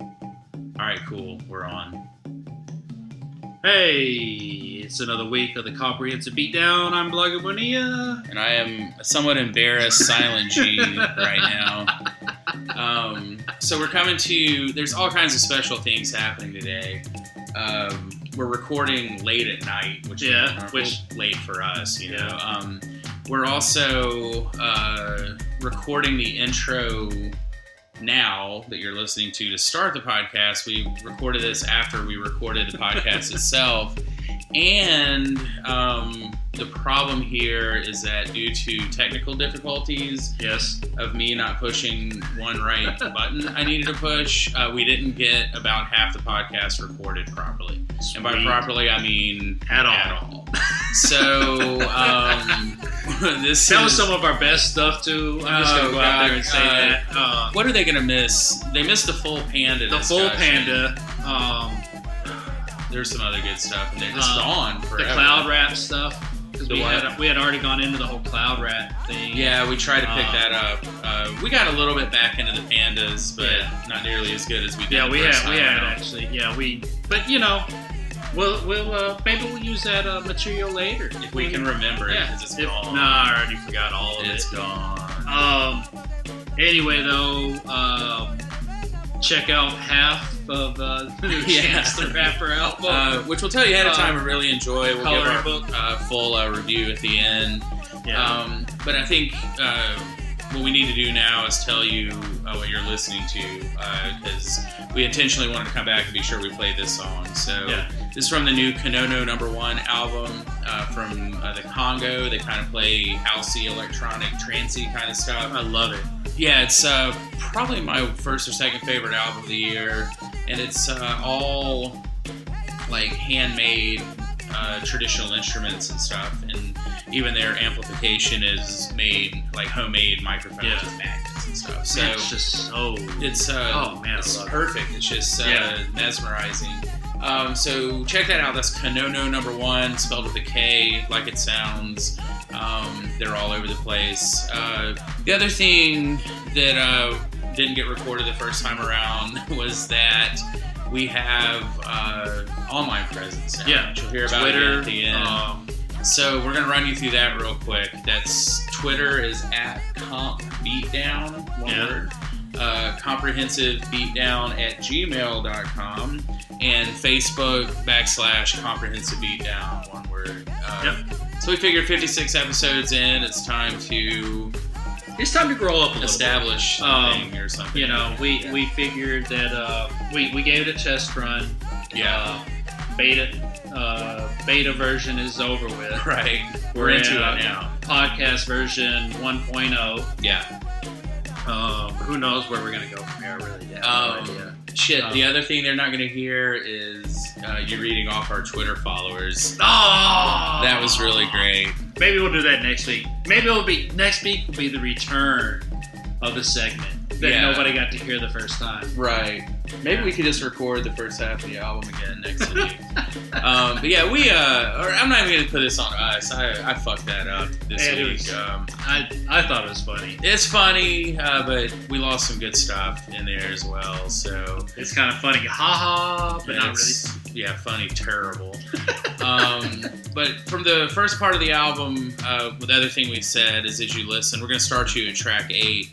All right, cool. We're on. Hey, it's another week of the Comprehensive Beatdown. I'm Blogger Bonilla. and I am a somewhat embarrassed silent G right now. Um, so we're coming to. There's all kinds of special things happening today. Um, we're recording late at night, which Yeah, is which- late for us, you Yeah. know. Um, we're also uh, recording the intro now that you're listening to to start the podcast. We recorded this after we recorded the podcast itself. And um, the problem here is that due to technical difficulties Yes. of me not pushing one right button I needed to push, uh, we didn't get about half the podcast recorded properly. And by Sweet. properly, I mean At all. At all. So um, this That was is- some of our best stuff too. I'm just gonna Oh, go out there God, and say God. that. Uh, What are they gonna miss? They missed the full panda. the full discussion. panda, um, There's some other good stuff, and they're just Um, gone the forever. cloud wrap stuff. Because The we what? had, we had already gone into the whole cloud wrap thing. Yeah, we tried to pick Uh, that up. Uh, we got a little bit back into the pandas, but Yeah. not nearly as good as we did. Yeah, the we had first we time had around. actually. Yeah, we. But you know, we'll we'll uh, maybe we'll use that uh, material later If we can remember it, Yeah. 'cause it's If- gone. Nah, I already forgot all of it's it. gone. Um. Anyway, though, um, check out half of uh, Yeah. Chance the Rapper album. Uh, which we'll tell you ahead of Uh, time. We really enjoy. We'll give coloring our book. uh, full uh, review at the end. yeah. Um, but I think uh, what we need to do now is tell you uh, what you're listening to because we intentionally wanted to come back and be sure we played this song. So Yeah. this is from the new Konono Number One album uh, from uh, the Congo. They kind of play housey, electronic, trancey kind of stuff. I love it. Yeah, it's uh, probably my first or second favorite album of the year, and it's uh, all like handmade uh, traditional instruments and stuff, and even their amplification is made like homemade microphones Yeah. with magnets and stuff. So it's just so. it's uh, oh man, I it's love it. perfect. It's just uh, Yeah. mesmerizing. Um, so check that out. That's Kanono number one, spelled with a K, like it sounds. Um, they're all over the place. Uh, the other thing that uh, didn't get recorded the first time around was that we have uh, online presence. Now, Yeah. which you'll hear about again Twitter. at the end. Um, So we're gonna run you through that real quick. That's Twitter is at comp beatdown one Yeah. word. Uh, comprehensive beatdown at gmail.com and Facebook backslash comprehensive beatdown one word. Uh, So we figured 56 episodes in, it's time to it's time to grow up a little. bit. establish Um, something or something. You know, we Yeah. we figured that uh, we we gave it a test run. yeah, Uh, beta uh, beta version is over with. right. We're, we're into in, uh, it now. Podcast version 1.0. Yeah. Um, who knows where we're gonna go from here? I really have Um, no idea. Shit, Um, the other thing they're not going to hear is uh, you reading off our Twitter followers. Oh, That was really great. Maybe we'll do that next week. Maybe it'll be next week will be the return of the segment that Yeah. nobody got to hear the first time. Right. Maybe we could just record the first half of the album again next week. um, but yeah, we, uh, or I'm not even going to put this on us. I, I fucked that up this It week. was- Um, I I thought it was funny. it's funny, uh, but we lost some good stuff in there as well. So, It's kind of funny, haha, but not really. It's- Yeah, funny, terrible. um, but from the first part of the album, uh, the other thing we said is as you listen, we're going to start you at track eight.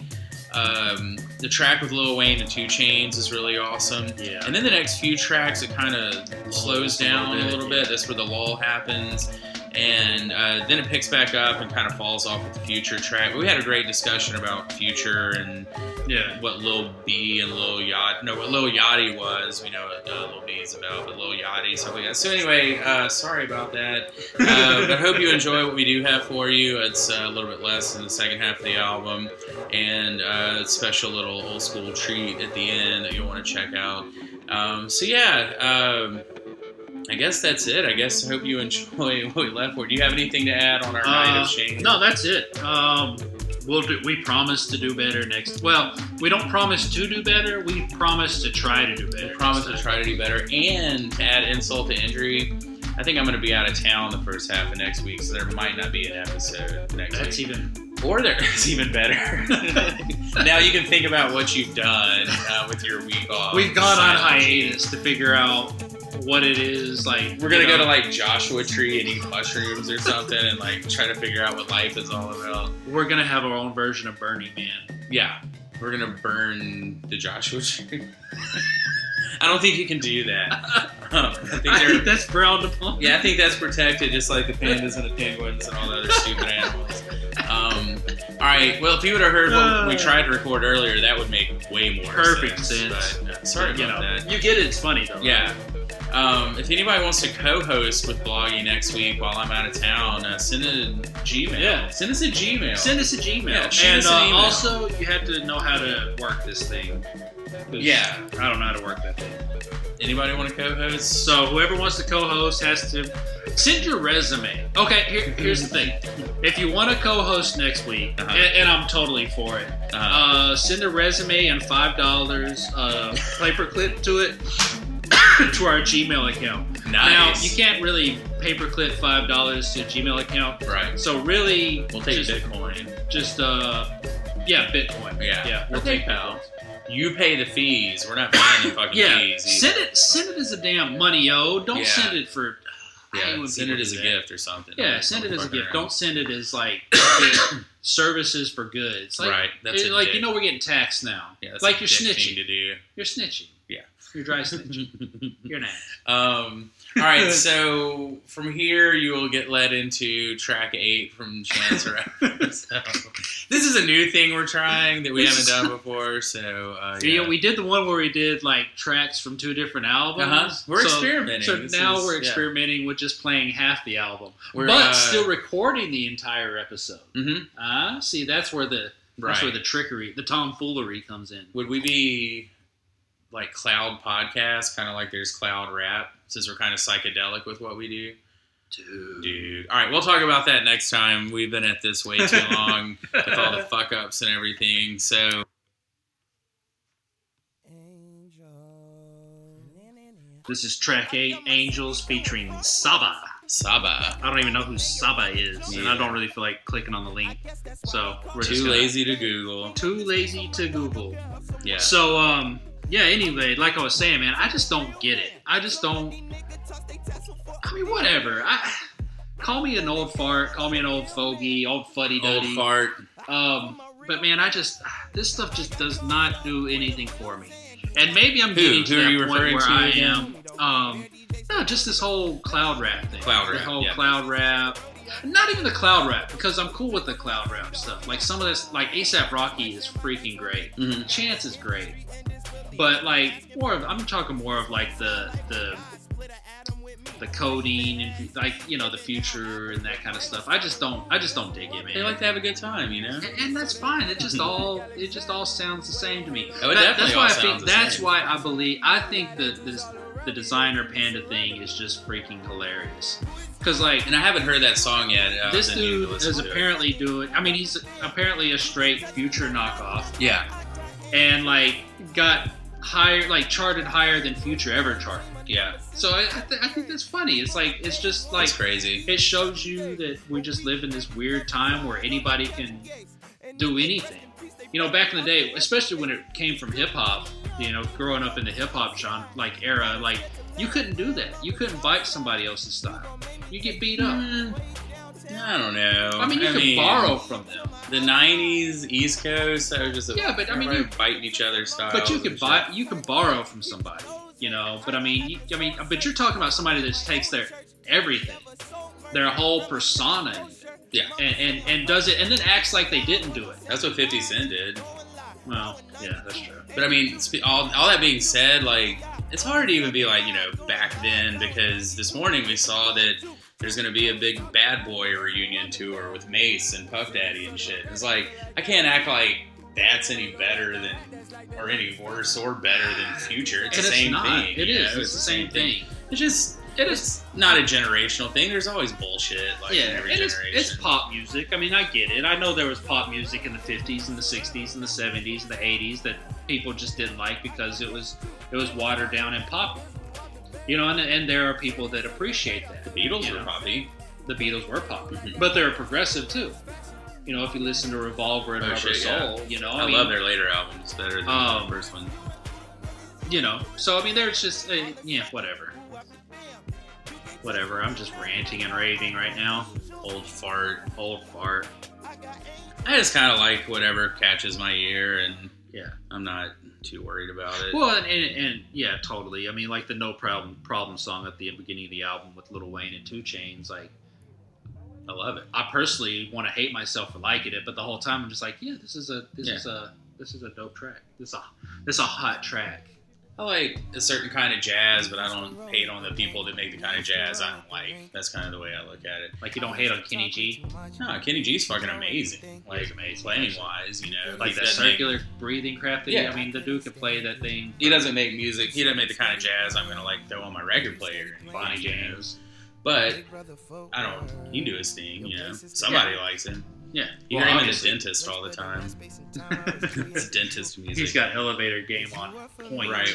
Um, the track with Lil Wayne and Two Chains is really awesome. Yeah. And then the next few tracks, it kind of slows a little down a bit, little bit. That's where the lull happens. And uh, then it picks back up and kind of falls off with the future track. We had a great discussion about future and yeah. what Lil B and Lil Yachty, no, what Lil Yachty was. We know what uh, Lil B is about, but Lil Yachty, stuff like that. So anyway, uh, sorry about that. Uh, but hope you enjoy what we do have for you. It's uh, a little bit less in the second half of the album, and uh, special little old school treat at the end that you'll want to check out. Um, so yeah. Um, I guess that's it. I guess I hope you enjoy what we left for. Do you have anything to add on our night Uh, of shame? No, that's it. Um, we'll do, we promise to do better next. Well, we don't promise to do better. We promise to try to do better. I promise to next try to do better and to add insult to injury. I think I'm going to be out of town the first half of next week, so there might not be an episode time. next That's week. even Or there's even better. now you can think about what you've done uh, with your week off. We've gone on Silence. hiatus to figure out what it is like. We're gonna you go know, to like Joshua Tree and eat mushrooms or something, and like try to figure out what life is all about. We're gonna have our own version of Burning Man. Yeah, we're gonna burn the Joshua Tree. I don't think you can do that. Um, I think I they're think that's frowned upon. Yeah, I think that's protected, just like the pandas and the penguins and all the other stupid animals. Um, all right. Well, if you would have heard what we tried to record earlier, that would make way more Uh. Perfect sense. sense. But, uh, sorry you about know, that. you get it. It's funny though. Yeah. Um, if anybody wants to co-host with Bloggy next week while I'm out of town, uh, send it a Gmail. Yeah. Send us a Gmail. Send us a Gmail. Yeah, shoot and us an uh, email. also, you have to know how to work this thing. 'Cause Yeah. I don't know how to work that thing. anybody want to co-host? So whoever wants to co-host has to send your resume. Okay, here, here's the thing. If you want to co-host next week, Uh-huh. and, and I'm totally for it, Uh, uh, send a resume and five dollars uh, paperclip to it to our Gmail account. Now you nice. can't really paperclip five dollars to a Gmail account, Right. so really We'll take just, Bitcoin. just uh, yeah, Bitcoin. Yeah. yeah Or we'll take PayPal. Bitcoin. You pay the fees. We're not paying any fucking Yeah, fees. either. send it. Send it as a damn money, yo. Don't Yeah. send it for. I hate Yeah, when send people it as a do that. gift or something. Yeah, Don't send it as a fuck gift. around. Don't send it as like services for goods. Like, right. That's it- a like dick. you know, we're getting taxed now. yeah, that's a like you're dick snitching. thing to do. You're snitching. Yeah. You're dry snitching. You're an ass. um. All right. So from here, you will get led into track eight from Chance the Rapper. So, this is a new thing we're trying that we haven't done before. So uh, You yeah. know, we did the one where we did like tracks from two different albums. uh-huh. We're so, experimenting. So This now is- we're yeah. experimenting with just playing half the album, We're, but uh, still recording the entire episode. mhm, Ah, see, that's where the right. that's where the trickery, the tomfoolery comes in. Would we be like cloud podcast, kind of like there's cloud rap, since we're kind of psychedelic with what we do? Dude. Dude. All right, we'll talk about that next time. We've been at this way too long with all the fuck ups and everything. So. This is track eight, Angels featuring Saba. Saba. I don't even know who Saba is, and I don't really feel like clicking on the link. So we're just Too gonna- lazy to Google. Too lazy to Google. Yeah. So um, yeah. Anyway, like I was saying, man, I just don't get it. I just don't. I mean, whatever. I call me an old fart, call me an old fogey, old fuddy Old duddy. fart. Um, but man, I just this stuff just does not do anything for me. And maybe I'm Who? getting to Who are that you point referring where to I am. again? Um, no, just this whole cloud rap thing. Cloud the rap, whole yeah. cloud rap. Not even the cloud rap because I'm cool with the cloud rap stuff. Like some of this, like ASAP Rocky is freaking great. Mhm. Chance is great, but like more of I'm talking more of like the the the coding and like you know the future and that kind of stuff. I just don't I just don't dig it, man. They like to have a good time, you know? And- and that's fine. It just all it just all sounds the same to me. Oh, it that's definitely why all I sounds think the that's same. why I believe I think that this the designer panda thing is just freaking hilarious. Cause like And I haven't heard that song yet. Uh, this then you dude can listen is to it. apparently doing. I mean, he's apparently a straight future knockoff, Yeah. and like got higher, like charted higher than future ever charted. Yeah. So I, I, th- I think that's funny. It's like it's just like That's crazy. it shows you that we just live in this weird time where anybody can do anything. You know, back in the day, especially when it came from hip hop, you know, growing up in the hip hop genre like era, like you couldn't do that. You couldn't bite somebody else's style. You get beat up. Mm, I don't know. I mean, you can borrow from them, The 90s, East Coast, that was just a, Yeah, but I mean, everybody biting each other's styles. but you and can shit. buy, you can borrow from somebody, you know. But I mean, you, I mean, but you're talking about somebody that just takes their everything, their whole persona, Yeah. and, and and does it, and then acts like they didn't do it. That's what 50 Cent did. Well, yeah, that's true. But I mean, sp- all, all that being said, like, it's hard to even be like, you know, back then because this morning we saw that there's going to be a big bad boy reunion tour with Mace and Puff Daddy and shit. It's like, I can't act like that's any better than, or any worse or better than Future. It's And the same not. thing. It you is. know? It's, the same thing. It's just, It it's not a generational thing. There's always bullshit, like, in yeah, every it is, generation. it's pop music. I mean, I get it. I know there was pop music in the '50s and the '60s and the '70s and the '80s that people just didn't like because it was it was watered down and pop. You know, and, and there are people that appreciate that. the Beatles you were know. poppy. The Beatles were pop, Mhm. but they're progressive too. You know, if you listen to Revolver and Oh, Rubber shit, yeah. Soul, you know, I, mean, love their later albums better than Um, the first one. you know. So I mean, there's just uh, yeah, whatever, whatever. I'm just ranting and raving right now. Old fart. Old fart. I just kind of like whatever catches my ear, and Yeah. I'm not too worried about it. Well, and, and, and yeah, totally. I mean, like the No Problem Problem song at the beginning of the album with Lil Wayne and Two Chains, like. I love it. I personally want to hate myself for liking it, but the whole time I'm just like, yeah, this is a this Yeah. is a this is a dope track. This is a this is a hot track. I like a certain kind of jazz, but I don't hate on the people that make the kind of jazz I don't like. That's kind of the way I look at it. Like you don't hate on Kenny G. No, Kenny G's fucking amazing. Like Like amazing. playing wise, you know, like he that doesn't make- circular breathing crap that he- Yeah. I mean, the dude can play that thing. he doesn't make music. He doesn't make the kind of jazz I'm gonna like throw on my record player. and Bonnie you know. James. but I don't. He can do his thing, you know. Somebody likes him. Yeah. You Well, hear him in the obviously, dentist all the time. it's dentist music. He's got elevator game on point. Right.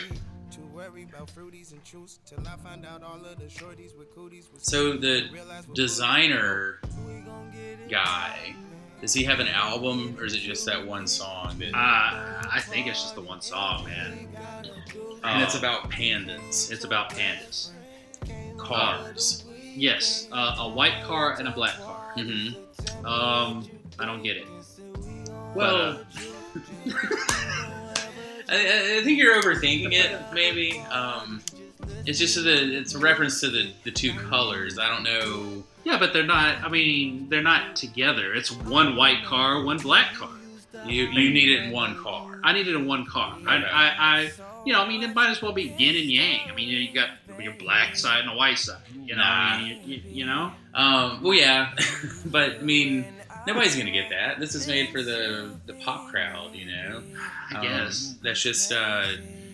To worry about fruities and truths till I find out all of the shorties with cooties was So the realize what designer we gon' get it. guy, does he have an album or is it just that one song that? Uh, I think it's just the one song, man. and it's Uh, about pandas, it's about pandas. cars. Yes, uh, a white car and a black car. Mm-hmm. Um, I don't get it. uh, Well, I, I- I think you're overthinking it. Maybe um, it's just the it's a reference to the the two colors. I don't know. Yeah, but they're not. I mean, they're not together. It's one white car, one black car. You you need it in one car. I needed a one car. I, Okay. I, I, you know, I mean, it might as well be yin and yang. I mean, you got your black side and a white side. You know, I mean, you, you, you know. Um, well, yeah, but I mean, nobody's gonna get that. This is made for the the pop crowd, you know. I Um, guess. that's just. Uh,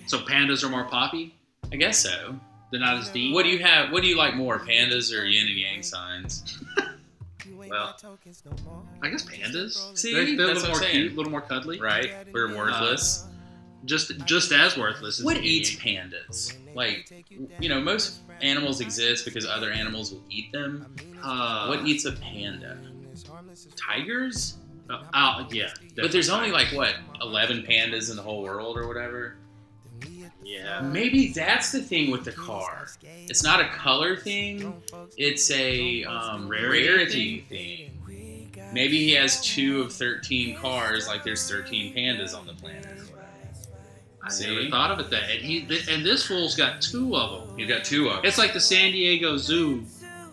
So pandas are more poppy. I guess so. They're not as deep. What do you have? What do you like more, pandas or yin and yang signs? You ain't well, got tokens no more. I guess pandas. See, they're, they're a that's what little more I'm cute, saying. a little more cuddly. Right, we're worthless. Just, just as worthless. As what the eats yin pandas? Like, you know, most animals exist because other animals will eat them. and yang. Uh, What eats a panda? Tigers? Uh, oh, yeah. But there's definitely. only like what, eleven pandas in the whole world or whatever. Yeah. Maybe that's the thing with the car. It's not a color thing. It's a um, Rarity rarity thing. Maybe he has two of thirteen cars, like there's thirteen pandas on the planet. I never See? thought of it that. And he, th- and this fool's got two of them. You've got two of them. It's like the San Diego Zoo,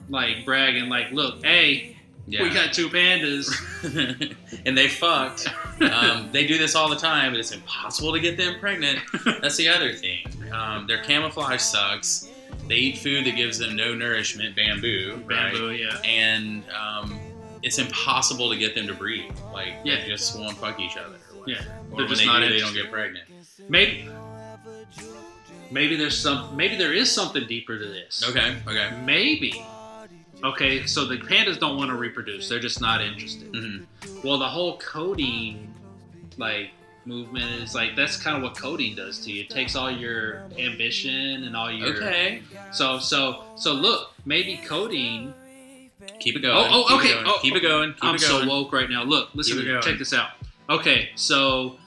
like bragging, like, look, hey, Yeah. we got two pandas. and they fucked. Um, they do this all the time, but it's impossible to get them pregnant. That's the other thing. Um, their camouflage sucks. They eat food that gives them no nourishment, bamboo, right? Bamboo, yeah. and um, it's impossible to get them to breed. Like, Yeah. they just won't fuck each other. Or whatever. Yeah. Or They're when just they not do, they don't interested. get pregnant. Maybe Maybe there's some maybe there is something deeper to this. Okay, okay. Maybe. Okay, so the pandas don't want to reproduce. They're just not interested. Mhm. Well, the whole coding like movement is like that's kind of what coding does to you. It takes all your ambition and all your Okay. So so so look, maybe coding Keep it going. Oh, oh, Keep okay. It going. Oh, keep it going. Keep I'm it going. so woke right now. Look, listen, Keep it going. check this out. Okay, so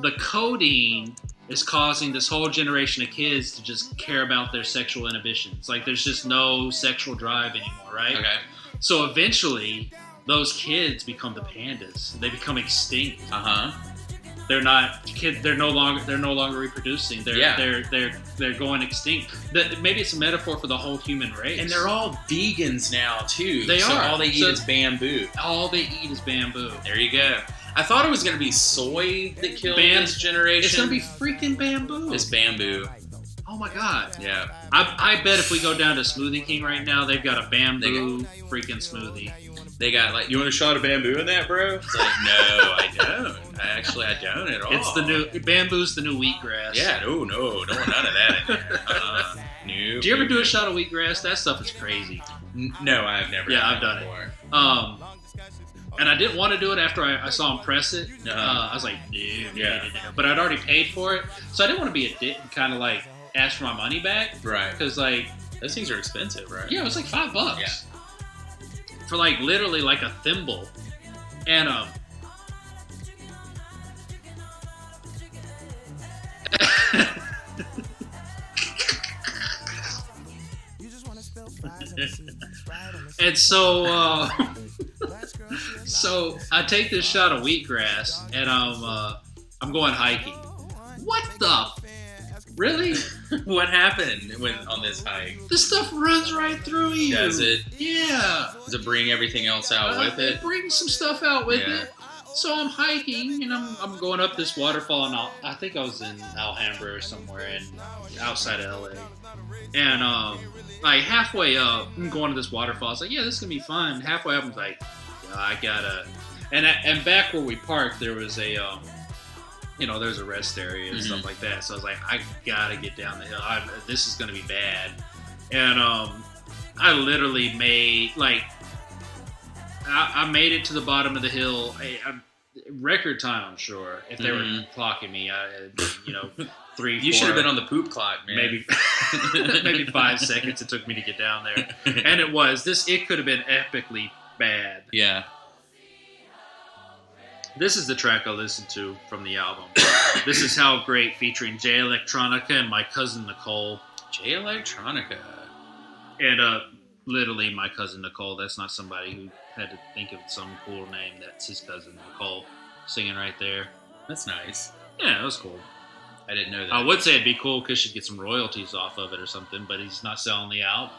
the coding is causing this whole generation of kids to just care about their sexual inhibitions. Like, there's just no sexual drive anymore, right? okay. So eventually, those kids become the pandas. They become extinct. Uh huh. They're not kid. They're no longer. They're no longer reproducing. They're Yeah. they're they're they're going extinct. That maybe it's a metaphor for the whole human race. And they're all vegans now too. They so are. all they eat So- is bamboo. all they eat is bamboo. There you go. I thought it was gonna be soy that killed Bam- this generation. It's gonna be freaking bamboo. it's bamboo. Oh my god. Yeah. I, I bet if we go down to Smoothie King right now, they've got a bamboo freaking smoothie. They got like, you want a shot of bamboo in that, bro? It's like, no, I don't. I actually, I don't at all. It's the new bamboo's the new wheatgrass. Oh. Yeah. No, no, don't want none of that. In there. Uh, no. Do you ever do a shot of wheatgrass? That stuff is crazy. N- No, I've never. Yeah, done I've done it. before. Um, and I didn't want to do it after I, I saw him press it. Uh-huh. Uh, I was like, no, Yeah. yeah. But I'd already paid for it, so I didn't want to be a dick and kind of like ask for my money back Right. because like Those things are expensive, right? yeah, it was like five bucks for like literally like a thimble. And um, You just wanna spill fries and see fried on the and so uh, last girl she alive. so I take this shot of wheatgrass, and I'm uh, I'm going hiking. What the? Really? what happened when on this hike? This stuff runs right through you. Does it Yeah. does it bring everything else out with it? Uh-huh. Bring some stuff out with Yeah. it. So I'm hiking and I'm, I'm going up this waterfall and I'll, I think I was in Alhambra or somewhere in outside of LA. And um, like halfway up, I'm going to this waterfall. I was like, yeah, this is gonna be fun. Halfway up, I'm like, yeah, I gotta. And I, and back where we parked, there was a um, you know, there's a rest area and Mm-hmm. stuff like that. So I was like, I gotta get down the hill. I, this is gonna be bad. And um, I literally made like I, I made it to the bottom of the hill. I, I, record time, I'm sure. If they were Mhm. clocking me, I, you know, three. You should have four, been on the poop clock, man. maybe maybe five seconds it took me to get down there, and it was this. It could have been epically bad. yeah. This is the track I listened to from the album. this is how great, featuring Jay Electronica and my cousin Nicole, J Electronica. and uh, literally my cousin Nicole. That's not somebody who had to think of some cool name. That's his cousin Nicole singing right there. That's nice. Yeah, that was cool. I didn't know that. I would say it'd be cool because she'd get some royalties off of it or something, but he's not selling the album.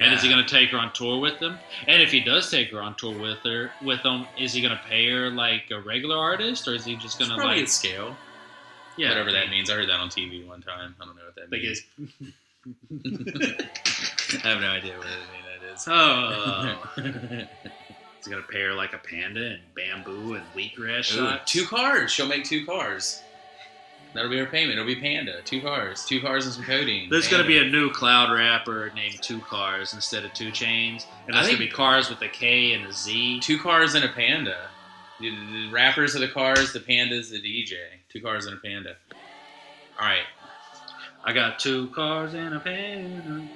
And is he Yeah. going to take her on tour with them? And if he does take her on tour with her, with them, is he going to pay her like a regular artist, or is he just going to It's probably like at scale. yeah, Whatever that means. I heard that on TV one time. I don't know what that Like means. is I have no idea what that is. oh, he's going to pay her like a panda and bamboo and wheatgrass Ooh, shots. two cars. She'll make two cars. That'll be her payment. It'll be Panda. Two cars. Two cars and some codeine. There's going to be a new cloud rapper named Two Cars instead of Two Chains, and I that's going to think- be Cars with a K and a Z. two cars and a panda. The, the rappers are the cars. The pandas the DJ. Two cars and a panda. All right. I got two cars and a panda.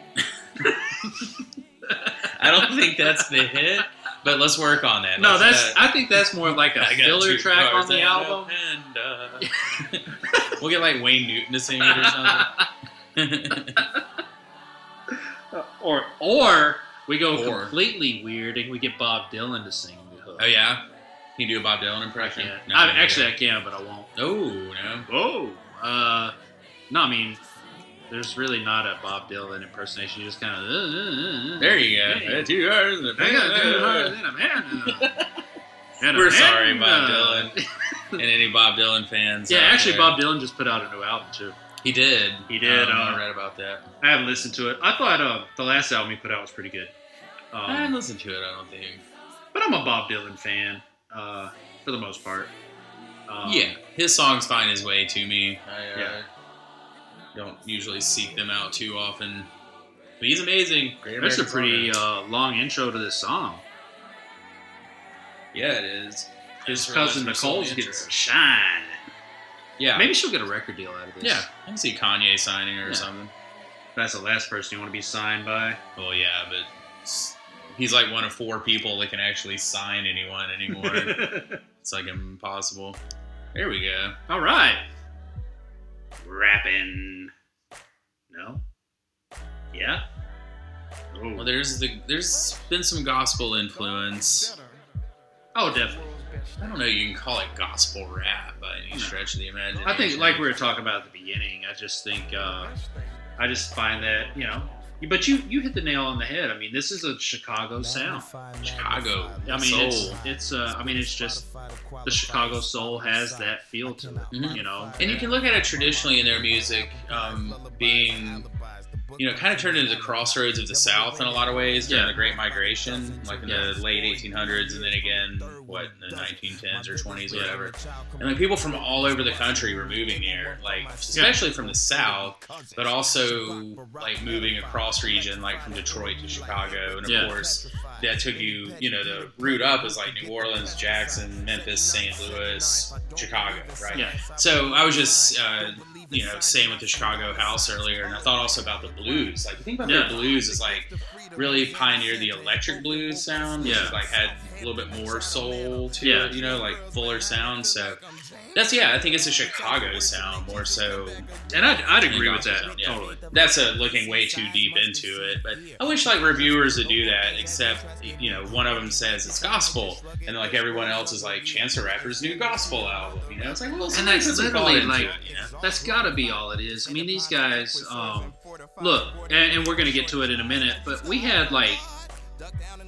I don't think that's the hit, but let's work on that. No, Let's- uh, that's. I think that's more like a I got filler two track cars on the and a album. panda. we'll get like Wayne Newton to sing it or something. Uh, Or or we go Or. completely weird and we get Bob Dylan to sing the hook. oh yeah, can you do a Bob Dylan impression? Yeah. No, I, no, actually, I can, but I won't. no. oh no. Oh, uh, no, I mean, there's really not a Bob Dylan impersonation. You just kind of uh, uh, uh, There you go. Hey. Uh, Two cars and a I got two cars panda. and a panda. And a We're sorry, panda. Bob Dylan, and any Bob Dylan fans. Yeah, out actually, there. Bob Dylan just put out a new album too. He did. He did, Um, I uh, read about that. I haven't listened to it. I thought uh, the last album he put out was pretty good. I Um, haven't listened to it. I don't think. But I'm a Bob Dylan fan, uh, for the most part. Um, yeah, his songs find his way to me. I uh, Yeah. don't usually seek them out too often. But he's amazing. Great That's a American pretty songwriter. uh, long intro to this song. yeah, it is. His It's cousin really personal Nicole interest. gets a shine. Yeah, Maybe she'll get a record deal out of this. yeah. I can see Kanye signing her or Yeah. something. That's the last person you want to be signed by. Well, yeah, but s- he's like one of four people that can actually sign anyone anymore. it's like impossible. There we go. All right. Rapping. No? Yeah? Oh, Well, there's the there's been some gospel influence. oh definitely. I don't know. You can call it gospel rap by any stretch of the imagination. I think, like we were talking about at the beginning, I just think uh, I just find that you know, but you you hit the nail on the head. I mean, this is a Chicago sound. Chicago. I mean, it's Soul. it's uh, I mean, it's just the Chicago soul has that feel to it. Mhm. You know, And you can look at it traditionally in their music um, being, you know, kind of turned into the crossroads of the South in a lot of ways during Yeah. the Great Migration, like in the Yeah. late 1800s, and then again, what, in the 1910s or 20s, whatever. And like people from all over the country were moving there, like especially from the South, but also like moving across region, like from Detroit to Chicago, and of Yeah. course that took you, you know, the route up is like New Orleans, Jackson, Memphis, St. Louis, Chicago, right? Yeah. uh, So I was just, uh, you know, saying with the Chicago house earlier, and I thought also about the blues. Like you think about Yeah. their blues is like really pioneered the electric blues sound, which Yeah. is, like had a little bit more soul to Yeah. it, you know, like fuller sound. So that's yeah, I think it's a Chicago sound more so. And I'd, I'd than agree with gospel that sound, yeah. totally. That's a looking way too deep into it, but I wish like reviewers would do that. Except you know, one of them says it's gospel, and like everyone else is like Chance the Rapper's new gospel album. You know, it's like well, And that's sometimes some literally thought like into it, you know? that's got to be all it is. I mean, these guys. Um, look, and, and we're gonna get to it in a minute, but we had like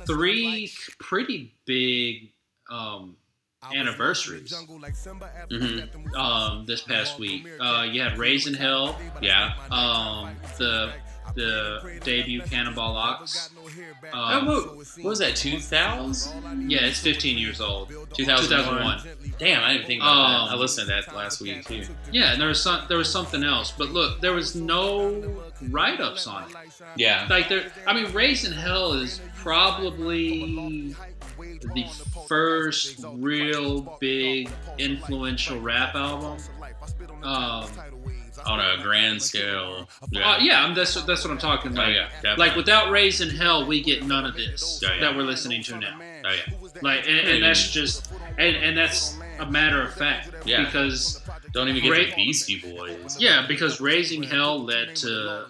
three pretty big um, anniversaries Mhm. um, this past week. Uh, you had Raisin Hell, yeah. um, the the debut Cannonball Ox. Oh, Um, what, what was that? Two thousand? yeah, it's 15 years old. Two thousand one. Damn, I didn't think about Um, that. I listened to that last week too. Yeah, and there was some, there was something else, but look, there was no write ups on it. Yeah. Like there, I mean, Raisin Hell is probably the first real big influential rap album. Um, On a grand scale. Yeah. uh, yeah, I mean, that's that's what I'm talking Oh about. yeah. definitely. Like without Raising Hell, we get none of this Yeah, yeah. that we're listening to now. Oh yeah. Like, and, and that's just, and, and that's a matter of fact. Yeah. Because Don't even get Great- the Beastie Boys. yeah, because Raising Hell led to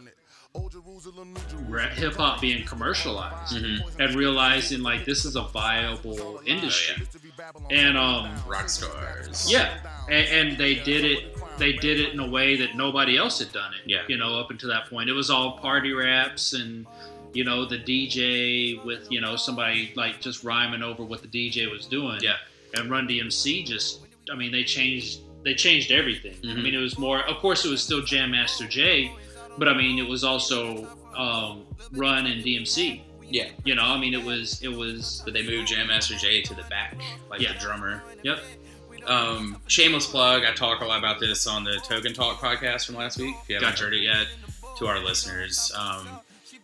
hip hop being commercialized Mhm. and realizing like this is a Oh, viable industry. And um, Rock stars. yeah, and, and they did it. They did it in a way that nobody else had done it. Yeah. You know, up until that point, it was all party raps and you know the DJ with you know somebody like just rhyming over what the DJ was doing. Yeah. and Run DMC just. I mean, they changed. They changed everything. I Mhm. mean, it was more. Of course, it was still Jam Master Jay, but I mean, it was also um, Run and DMC. Yeah. You know, I mean, it was it was. But they moved Jam Master Jay to the back, like Yeah. the drummer. Yep. Um, shameless plug. I talk a lot about this on the Token Talk podcast from last week. If you haven't Gotcha. heard it yet, to our listeners. Um,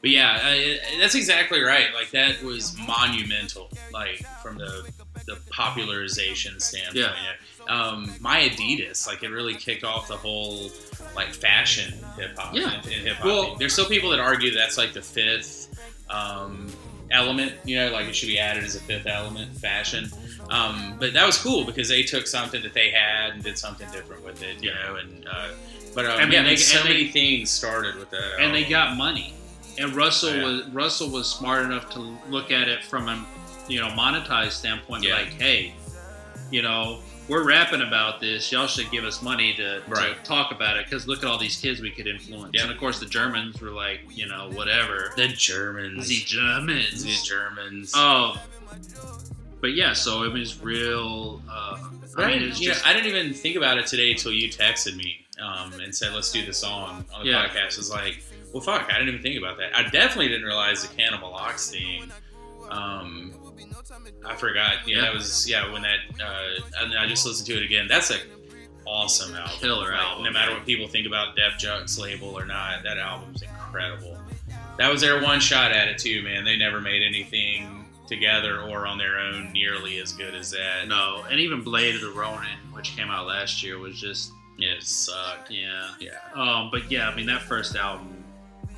but yeah, I, I- that's exactly right. Like that was monumental. Like from the the popularization standpoint. Yeah. Um, my Adidas, like it really kicked off the whole like fashion hip hop. Yeah. And, hip hop. Well- thing. there's still people that argue that's like the fifth. Um, element you know like it should be added as a fifth element fashion um, but that was cool because they took something that they had and did something different with it, you know. And uh, but um, I mean, yeah, they- like, so and they- many things started with um, that. and they album. got money. And Russell Yeah. was Russell was smart enough to look at it from a you know monetized standpoint, Yeah. like, hey, you know, we're rapping about this. Y'all should give us money to, Right. to talk about it because look at all these kids we could influence. Yeah. And of course, the Germans were like, you know, whatever. the Germans, The the, Germans. Germans. Um, but yeah, so it was real. Uh, I, I mean, didn't, it's you know, just I didn't even think about it today till you texted me um, and said, "Let's do the song on the Yeah. podcast." It's like, well, fuck, I didn't even think about that. I definitely didn't realize the Cannibal Ox thing. Um, I forgot. Yeah, Yeah. that was yeah when that. Uh, and I just listened to it again. That's a awesome album. Killer Like, album. No matter what people think about Def Jux label or not, that album's incredible. That was their one shot at it too, man. They never made anything together or on their own nearly as good as that. no, and even Blade of the Ronin, which came out last year, was just It sucked. yeah. Yeah. Um, but yeah, I mean that first album,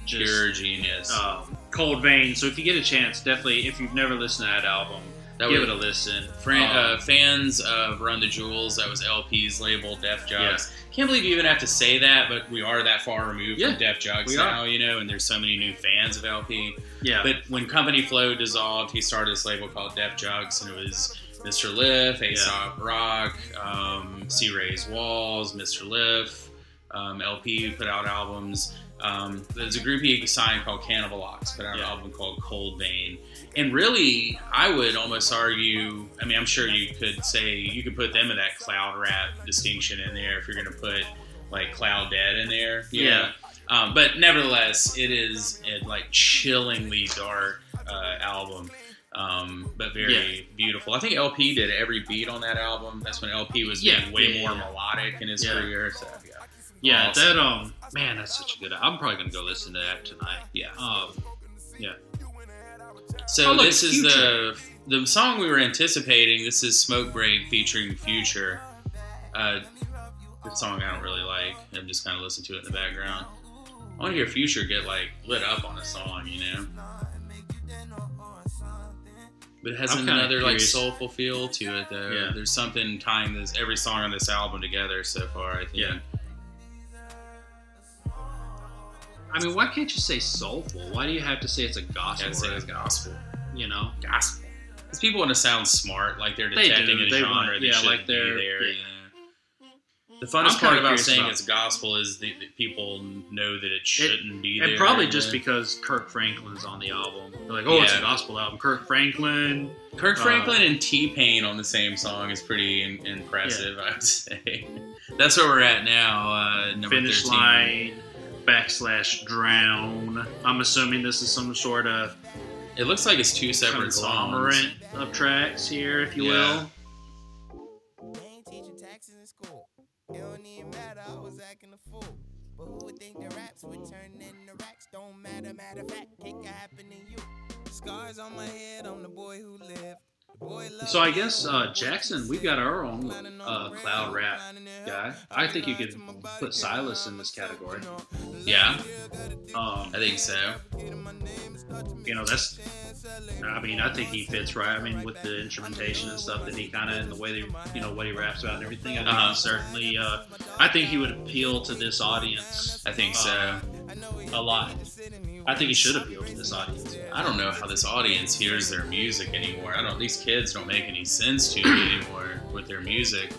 Pure just genius. um, Cold Vein. So if you get a chance, definitely if you've never listened to that album, that give was it a listen. Fran- Um, uh, fans of Run the Jewels. That was LP's label, Def Jux. Yeah. Can't believe you even have to say that, but we are that far removed Yeah, from Def Jux we are. now, you know. And there's so many new fans of LP. yeah, But when Company Flow dissolved, he started this label called Def Jux, and it was Mr. Liff, Aesop Rock, um, C. Ray's Walls, Mr. Liff, um, LP put out albums. Um, there's a group he signed called Cannibal Ox, put out an Yeah. album called Cold Vein. And really, I would almost argue I mean, I'm sure you could say, you could put them in that cloud rap distinction in there if you're going to put like Cloud Dead in there. you Yeah. know? Um, but nevertheless, it is a like chillingly dark uh, album, um, but very beautiful. I think LP did every beat on that album. That's when LP was Yeah. being way Yeah, more yeah. melodic in his Yeah. career. So yeah, yeah, awesome. that um, man, that's such a good. I'm probably gonna go listen to that tonight. yeah. Um, So Oh, look, this is Future. the the song we were anticipating. This is Smoke Break featuring Future. Uh, the song I don't really like. I've just kind of listened to it in the background. I want to hear Future get like lit up on a song, you know. But it has I'm kinda another like curious. soulful feel to it, though. Yeah. There's something tying this every song on this album together so far. I think. Yeah. I mean, why can't you say soulful? Why do you have to say it's a gospel? Gotta say record, it's gospel. you know, Gospel. Because people want to sound smart, like they're They do. detecting a They genre. want- they yeah, shouldn't like they're- be there. yeah. you know. The funnest I'm part kinda about curious saying about- it's gospel is that, that people know that it shouldn't be there. and probably you just know? because Kirk Franklin's on the album. They're like, oh, it's Yeah. a gospel album. Kirk Franklin. Kirk Uh, Franklin and T Pain on the same song is pretty in- impressive, I would say. That's where we're at now. Uh, number finish 13. line backslash drown. I'm assuming this is some sort of It looks like it's two separate songs. conglomerate of tracks here, if you Yeah. will. They ain't teaching taxes in school. It don't even matter, I was acting a fool. But who would think the raps would turn into racks? Don't matter, matter of fact, it could happen to you. Scars on my head, I'm the boy who lived. The boy loved So I me, guess uh, boy Jackson, who we said, got our own "Lining on uh, the cloud ground, rap lining it guy. up." I think you lied could to my body, put girl, Silas in I'm this myself, category. you know. Yeah, Um, I think so. you know, that's. I mean, I think he fits right. I mean, with the instrumentation and stuff that he kind of, and the way that, you know, what he raps about and everything, I think Uh-huh. he certainly, uh, I think he would appeal to this audience I think Uh, so. a lot. I think he should appeal to this audience. I don't know how this audience hears their music anymore. I don't. These kids don't make any sense to me anymore with their music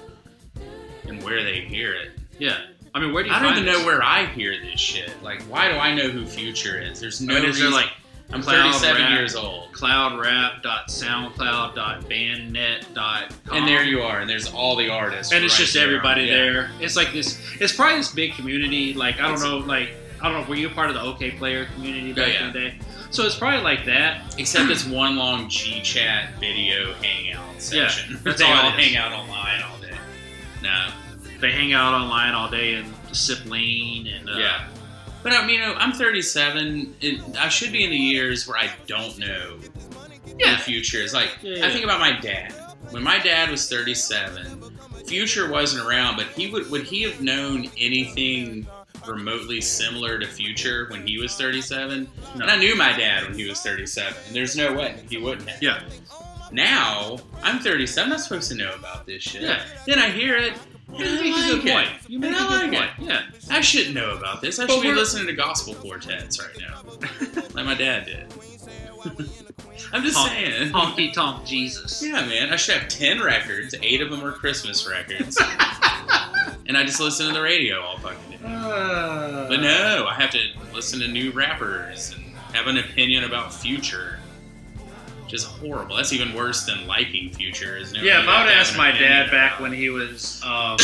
and where they hear it. Yeah. I mean, where do you I don't find even this? know where I hear this shit. Like, why do I know who Future is? There's no I mean, is there reason- like I'm cloud 37 rap? years old. cloudrap.soundcloud.bandnet.com. And there you are, and there's all the artists. and it's right just there. everybody Yeah. there. It's like this. It's probably this big community. Like I don't It's- know. Like I don't know. Were you a part of the OK Player community back yeah. in the day? So it's probably like that. Except it's one long G chat video hangout session. that's they all all it is. hang out online all day. No. They hang out online all day and sip lean and uh, Yeah. But I mean, you know, I'm 37, and I should be in the years where I don't know Yeah. the future is. Like, Yeah, yeah. I think about my dad. When my dad was 37, Future wasn't around, but he would would he have known anything remotely similar to Future when he was 37? No. And I knew my dad when he was 37, and there's no way he wouldn't. Have. Yeah. Now I'm 37. I'm not supposed to know about this shit. Yeah. Then I hear it. You and I make a like good it. point. You make And a I good like point. Yeah. I should know about this. I But should be we're- listening to gospel quartets right now, like my dad did. I'm just Honk- saying. Honky tonk Jesus. Yeah, man. I should have 10 records. Eight of them are Christmas records. and I just listen to the radio all fucking day. Uh, But no, I have to listen to new rappers and have an opinion about Future. Just horrible. That's even worse than liking Future. Is no Yeah, if I would have ask an my opinion dad back about- when he was, um,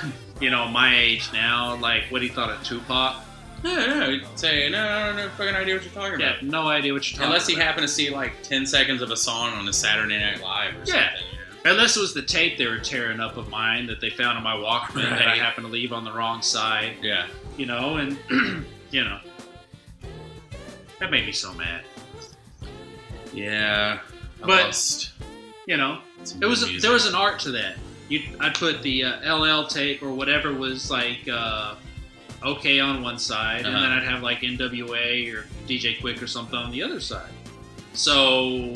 you know, my age now, like what he thought of Tupac, No, no, he'd say, no, I don't know fucking idea what you're talking yeah, about. no idea what you're talking Unless he about. happened to see like 10 seconds of a song on a Saturday Night Live or Yeah. something. you know? Unless it was the tape they were tearing up of mine that they found on my Walkman that I Right. happened to leave on the wrong side, Yeah. you know, and, you know, that made me so mad. Yeah. I But- lost You know, some it was movies. there was an art to that. You, I'd put the uh, LL tape or whatever was like uh, okay on one side, and Uh-huh. then I'd have like NWA or DJ Quick or something on the other side. So,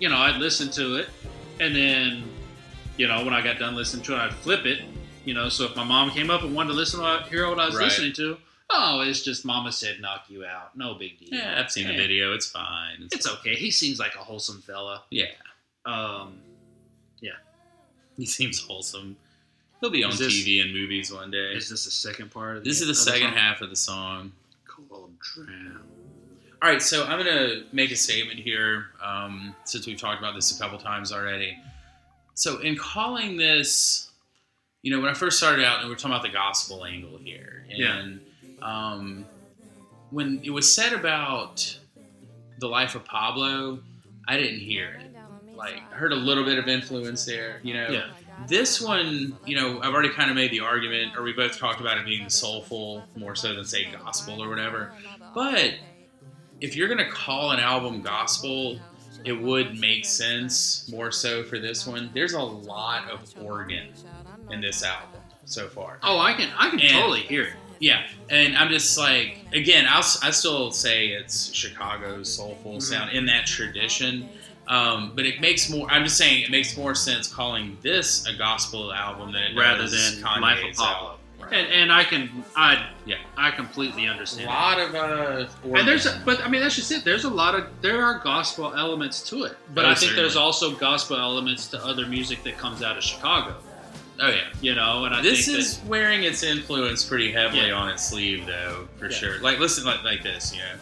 you know, I'd listen to it, and then, you know, when I got done listening to it, I'd flip it. You know, so if my mom came up and wanted to listen to hear what I was Right. listening to, oh, it's just Mama said knock you out, no big deal. Yeah, I've seen the Yeah. video. It's fine. It's, It's okay. He seems like a wholesome fella. yeah, Um, he seems wholesome. He'll be on Is this- TV and movies one day. is this the second part? Of This is of the second song? half of the song. Cold drown. All right, so I'm gonna make a statement here, um, since we've talked about this a couple times already. So, in calling this, you know, when I first started out, and we're talking about the gospel angle here, and um, when it was said about the life of Pablo, I didn't hear it. Like, I heard a little bit of influence there, you know. Yeah. This one, you know, I've already kind of made the argument, or we both talked about it being soulful more so than say gospel or whatever. But if you're gonna call an album gospel, it would make sense more so for this one. There's a lot of organ in this album so far. Oh, I can I can And- totally hear it. Yeah, and I'm just like, again, I'll, si still say it's Chicago's Mm-hmm. soulful sound in that tradition, um, but it makes more. I'm just saying it makes more sense calling this a gospel album than it rather does than Kanye's Life of Pablo. album. And, and I can, I Yeah. I completely understand. a that. lot of uh, And there's, organ. but I mean, that's just it. There's a lot of there are gospel elements to it, but Oh, I think there's certainly. also gospel elements to other music that comes out of Chicago. oh yeah. You know, and I this think is wearing its influence pretty heavily Yeah. on its sleeve, though, for Yeah. sure. Like, listen, like, like this, you know. that,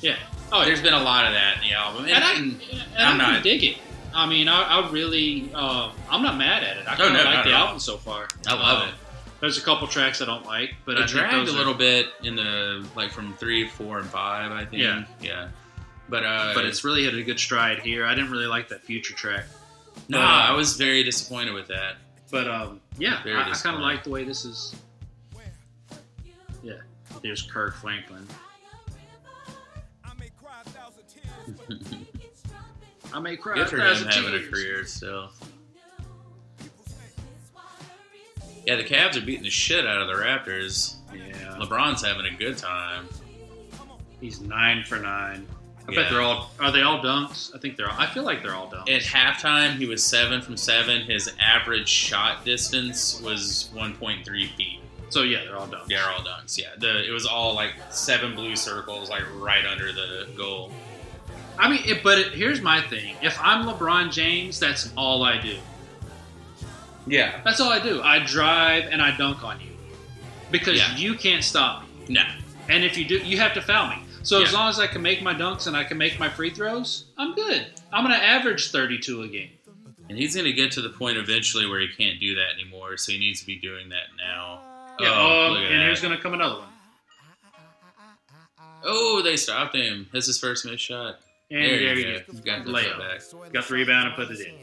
yeah. Oh, yeah. There's been a lot of that in the album, and, and I and- and I'm I can not- dig it. I mean, I, I really, uh, I'm not mad at it. I Oh, kind no, of not like the at all. album so far. I love Um, it. There's a couple tracks I don't like, but it I think dragged those a are- little bit in the like from three, four, and five. I think. Yeah. yeah. But uh, But it's really hit a good stride here. I didn't really like that future track, no, nah. I was very disappointed with that. but um, yeah, Very I, I kind of disappointing. like the way this is. Yeah, there's Kirk Franklin. I may cry. Good a for him thousand having a tears. career still. Yeah, the Cavs are beating the shit out of the Raptors. Yeah, LeBron's having a good time. he's nine for nine. I Yeah. bet they're all. Are they all dunks? I think they're. all I feel like they're all dunks. At halftime, he was seven from seven. His average shot distance was 1.3 feet. so yeah, they're all dunks. They're all dunks. Yeah, the it was all like seven blue circles, like right under the goal. I mean, it, but it, here's my thing. If I'm LeBron James, that's all I do. Yeah. That's all I do. I drive and I dunk on you because Yeah. you can't stop me. No. And if you do, you have to foul me. So as Yeah. long as I can make my dunks and I can make my free throws, I'm good. I'm gonna average 32 a game. And he's going to get to the point eventually where he can't do that anymore, so he needs to be doing that now. Yeah. Oh, um, look at and that. here's gonna come another one. Oh, they stopped him. That's his first missed shot. And There there, you you go. go. He's got the Layup. back. Got the rebound and put it in.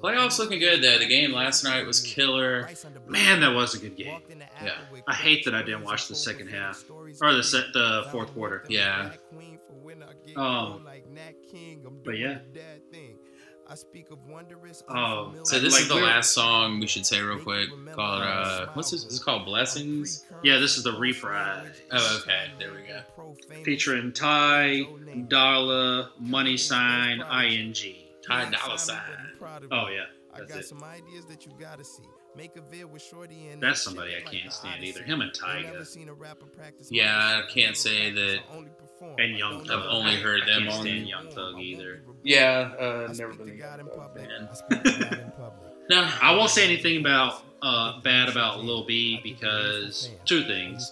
Playoffs looking good though. The game last night was killer. Man, that was a good game. Yeah. I hate that I didn't watch the second half Or the set, the fourth quarter. Yeah. Um, but yeah. Oh, So this Like, is the we're- last song we should say real quick. Called uh, what's this? Is it called Blessings? Yeah, this is the reprise. Oh, okay. There we go. featuring Ty Darla Money Sign ING. Ty Dolla Sign. Oh yeah, I got that's it. some ideas that you gotta see. Make a vid with Shorty and That's somebody I can't stand either. Him and Tyga. Yeah, I can't say that And Young Thug. I've only heard I them can't on- stand Young Thug either. Yeah, uh, I've God in public. man. I speak to God in public. No, I won't say anything about uh, bad about Lil B because two things.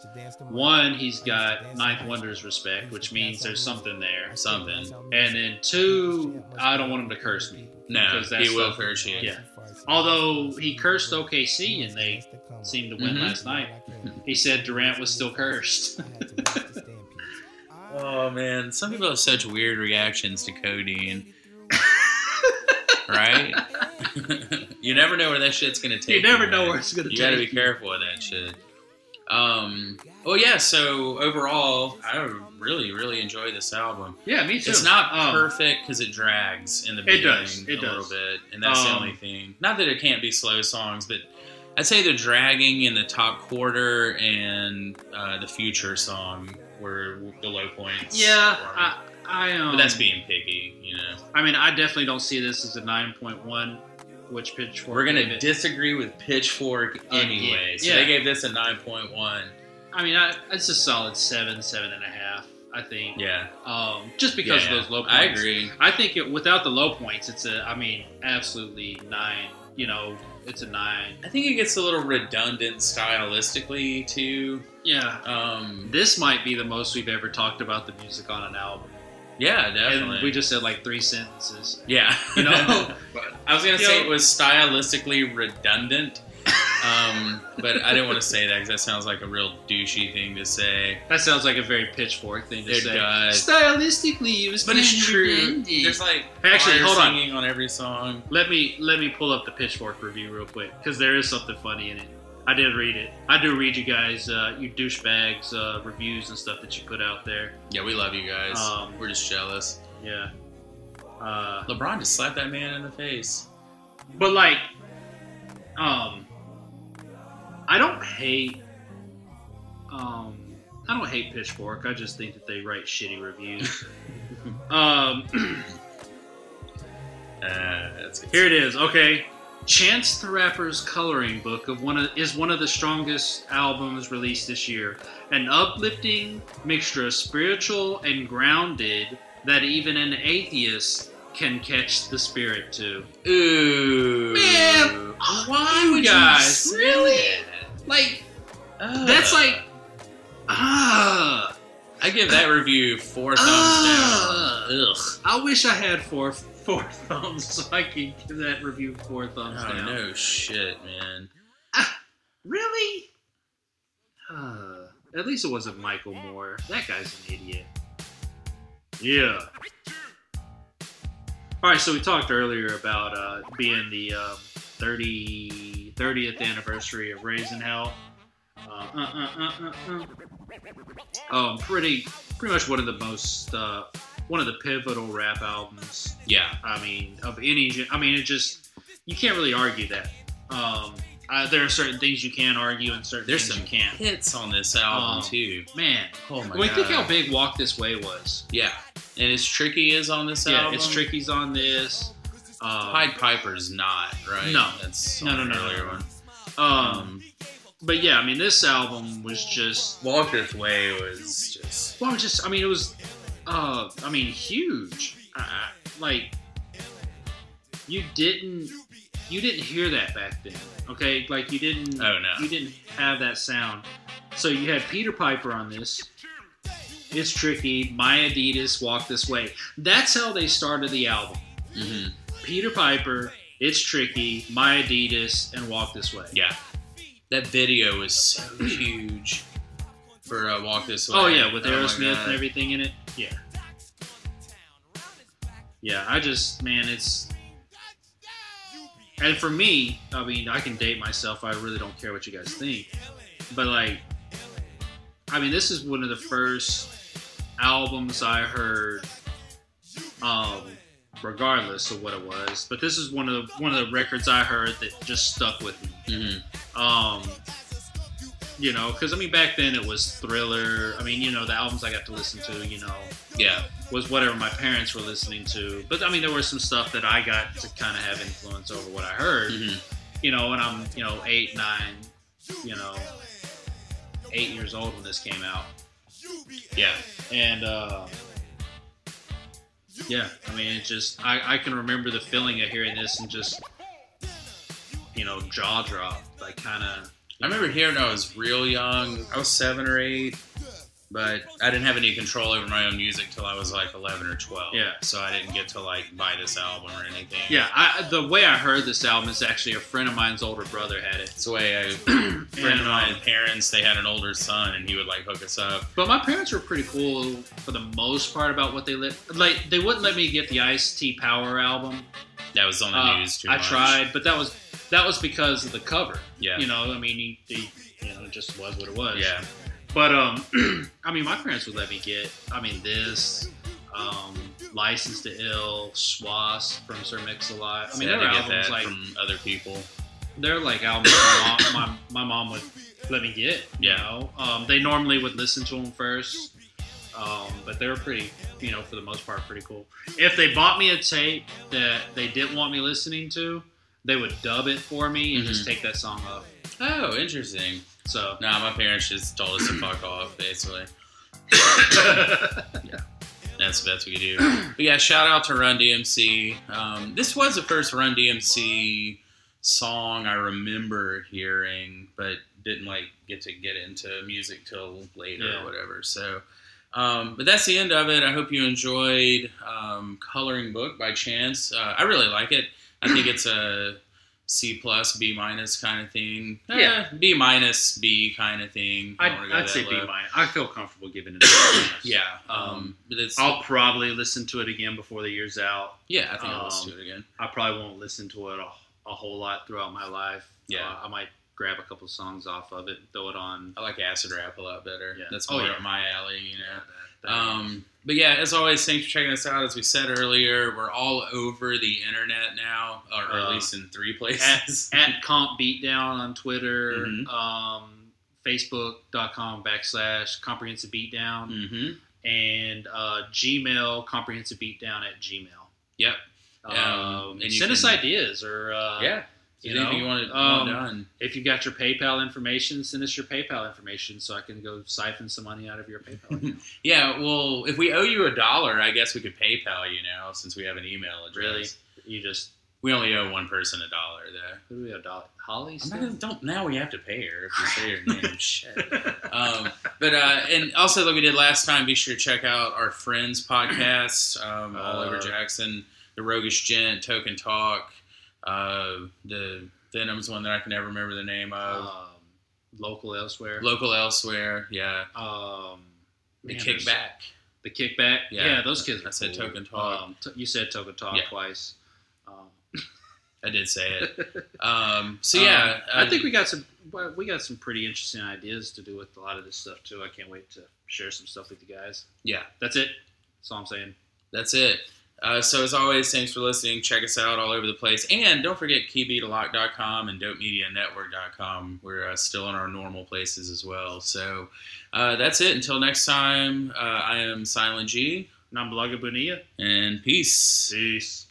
One, he's got Ninth Wonder's respect, which means there's something there. something. And then two, I don't want him to curse me. No, Because that's he will the- curse you. yeah. Although he cursed OKC and they seemed to win Mhm. last night, he said Durant was still cursed. Oh man, some people have such weird reactions Oh, to codeine, right? you never know where that shit's gonna take. you never know man. where it's gonna You gotta be take. you. careful with that shit. Um. Well, yeah. So overall, I really, really enjoy this album. Yeah, me too. It's not Um, perfect because it drags in the It beginning does, a it little does. bit, and that's the Um, only thing. Not that it can't be slow songs, but I'd say the dragging in the top quarter and uh, the future song were the low points. Yeah, for me. I, I um, but that's being picky, you know. I mean, I definitely don't see this as a 9.1, which Pitchfork. We're gave gonna it. disagree with Pitchfork Uh, yeah, anyway, so yeah. they gave this a nine point one. I mean, I, it's a solid seven, seven and a half. I think. Yeah, Um, just because Yeah, of those low points. I agree. I think it without the low points, it's a. I mean, absolutely nine. You know, it's a nine. I think it gets a little redundant stylistically too. Yeah. Um, This might be the most we've ever talked about the music on an album, yeah, definitely. and we just said like three sentences. Yeah, You know? I was gonna You say know- it was stylistically redundant, um, but I didn't want to say that because that sounds like a real douchey thing to say. That sounds like a very Pitchfork thing to It say. does. Stylistically, it was But it's kinda true. redundant. There's like Actually, choir hold on. singing on every song. Let me let me pull up the Pitchfork review real quick because there is something funny in it. I did read it. I do read you guys, uh, you douchebags, uh, reviews and stuff that you put out there. Yeah, we love you guys. Um, We're just jealous. Yeah. Uh, LeBron just slapped that man in the face. but like, um, I don't hate Um, I don't hate Pitchfork. I just think that they write shitty reviews. um, Uh, that's good. here it is. Okay, Chance the Rapper's coloring book of one of, is one of the strongest albums released this year. An uplifting mixture of spiritual and grounded that even an atheist can catch the spirit to. Ooh. Man, why you would guys, say really? that? Like Ugh. that's like ah. I give that review four thumbs Ugh. down. Oh, Ugh. I wish I had four four thumbs so I could give that review four thumbs Oh down. no, shit, man. Really? Uh, at least it wasn't Michael Moore. That guy's an idiot. Yeah. All right, so we talked earlier about uh, being the um, 30, 30th anniversary of Raising Hell. Uh, uh, uh, uh, uh, uh. Um, pretty, pretty much one of the most, uh, one of the pivotal rap albums Yeah. I mean, of any, gen- I mean, it just you can't really argue that. Um, I, there are certain things you can argue and certain There's things some you can't. hits on this album Um, too. Man, Oh my when we god. think how big "Walk This Way" was. yeah. And it's tricky is on this yeah, album. it's Tricky's on this. Um, Hyde Piper's not, right? No. That's No, on no, an no, no, earlier no. one. um, but yeah, I mean, this album was just Walk This Way was just well, just I mean, it was, uh, I mean, huge. I, I, like you didn't you didn't hear that back then, okay? Like you didn't. Oh no. you didn't have that sound. So you had Peter Piper on this. It's tricky. My Adidas walk this way. That's how they started the album. Mhm. Peter Piper, it's tricky. My Adidas and walk this way. Yeah. That video is so huge for uh, Walk This Way. Oh yeah, with my Aerosmith God. and everything in it. Yeah. Yeah, I just man, it's. And for me, I mean, I can date myself. I really don't care what you guys think, but like, I mean, this is one of the first albums I heard. Um, regardless of what it was, but this is one of the, one of the records I heard that just stuck with me. Mhm. Um, you know, because I mean, back then it was Thriller. I mean, you know, the albums I got to listen to, you know, Yeah. was whatever my parents were listening to. But I mean, there was some stuff that I got to kind of have influence over what I heard. Mhm. You know, and I'm, you know, eight, nine, you know, eight years old when this came out. Yeah. And, uh, yeah, I mean, it just, I, I can remember the feeling of hearing this and just, you know, jaw drop, like kind of. I remember hearing I was real young. I was seven or eight, but I didn't have any control over my own music till I was like eleven or twelve. Yeah. So I didn't get to like buy this album or anything. Yeah, I, the way I heard this album is actually a friend of mine's older brother had it. It's the way I friend of And, my um, parents, they had an older son and he would like hook us up. But my parents were pretty cool for the most part about what they let. Like they wouldn't let me get the Ice T Power album. That was on the Uh, news too I much. tried, but that was that was because of the cover. Yeah. You know, I mean, he, he you know, it just was what it was. Yeah. But um, I mean, my parents would let me get. I mean, this. Um, License to Ill, Swass from Sir Mix-a-Lot. I mean, I there had to were get albums that like from other people. they're like albums my, mom, my, my mom would let me get. You Yeah. know, um, they normally would listen to them first, um, but they were pretty, you know, for the most part, pretty cool. If they bought me a tape that they didn't want me listening to, they would dub it for me and just take that song up. Oh, interesting. So, Nah, my parents just told us to fuck off, basically. That's the best we could do. But yeah, shout out to Run DMC. Um, this was the first Run DMC song I remember hearing, but didn't like get to get into music till later Yeah. or whatever. So, um, but that's the end of it. I hope you enjoyed um, Coloring Book by Chance. Uh, I really like it. I think it's a C plus B minus kind of thing. Eh, Yeah. B minus B kind of thing. I don't I'd, wanna go I'd that say B low. minus. I feel comfortable giving it. A B Yeah, um, but it's I'll probably listen to it again before the year's out. yeah. I think I'll listen um, to it again. I probably won't listen to it a, a whole lot throughout my life. Yeah. Uh, I might grab a couple songs off of it, throw it on. I like acid rap a lot better. Yeah. That's Oh, more yeah. up my alley, you know. that- Um, but yeah, as always, thanks for checking us out. As we said earlier, we're all over the internet now, or, or Uh, at least in three places. at Comp Beatdown on Twitter, Mhm. um, facebook.com backslash comprehensive beatdown Mm-hmm. and uh, Gmail comprehensive beatdown at Gmail. Yep. Um, Um, and you send us can- ideas or uh, yeah. If you anything know, you want, to, um, done. if you got your PayPal information, send us your PayPal information so I can go siphon some money out of your PayPal. account. Yeah, well, if we owe you a dollar, I guess we could PayPal you now since we have an email address. Really? you just We only owe one person a dollar though. who do we have? Dolly, Holly. I'm not still? gonna, don't now we have to pay her if you say her name. Shit. Um, but uh, and also like we did last time, be sure to check out our friends podcast, um, all over Uh, Jackson, the Roguish Gent, Token Talk, uh, the Venom's one that I can never remember the name of. um, local elsewhere. Local elsewhere, yeah. um, The man, there's- kickback. The kickback. Yeah, Yeah, those kids. I are said cool. Token Talk. Um, t- you said token talk Yeah. twice. Um, I did say it. Um, so yeah, Um, I uh, think we got some well, we got some pretty interesting ideas to do with a lot of this stuff too. I can't wait to share some stuff with you guys. yeah. That's it. That's all I'm saying. That's it. Uh, so as always, thanks for listening. Check us out all over the place, and don't forget keybetalock.com and dopemedianetwork.com. We're uh, still in our normal places as well. So uh, that's it. Until next time, uh, I am Silent G, Namblaga Bonilla. and peace. Peace.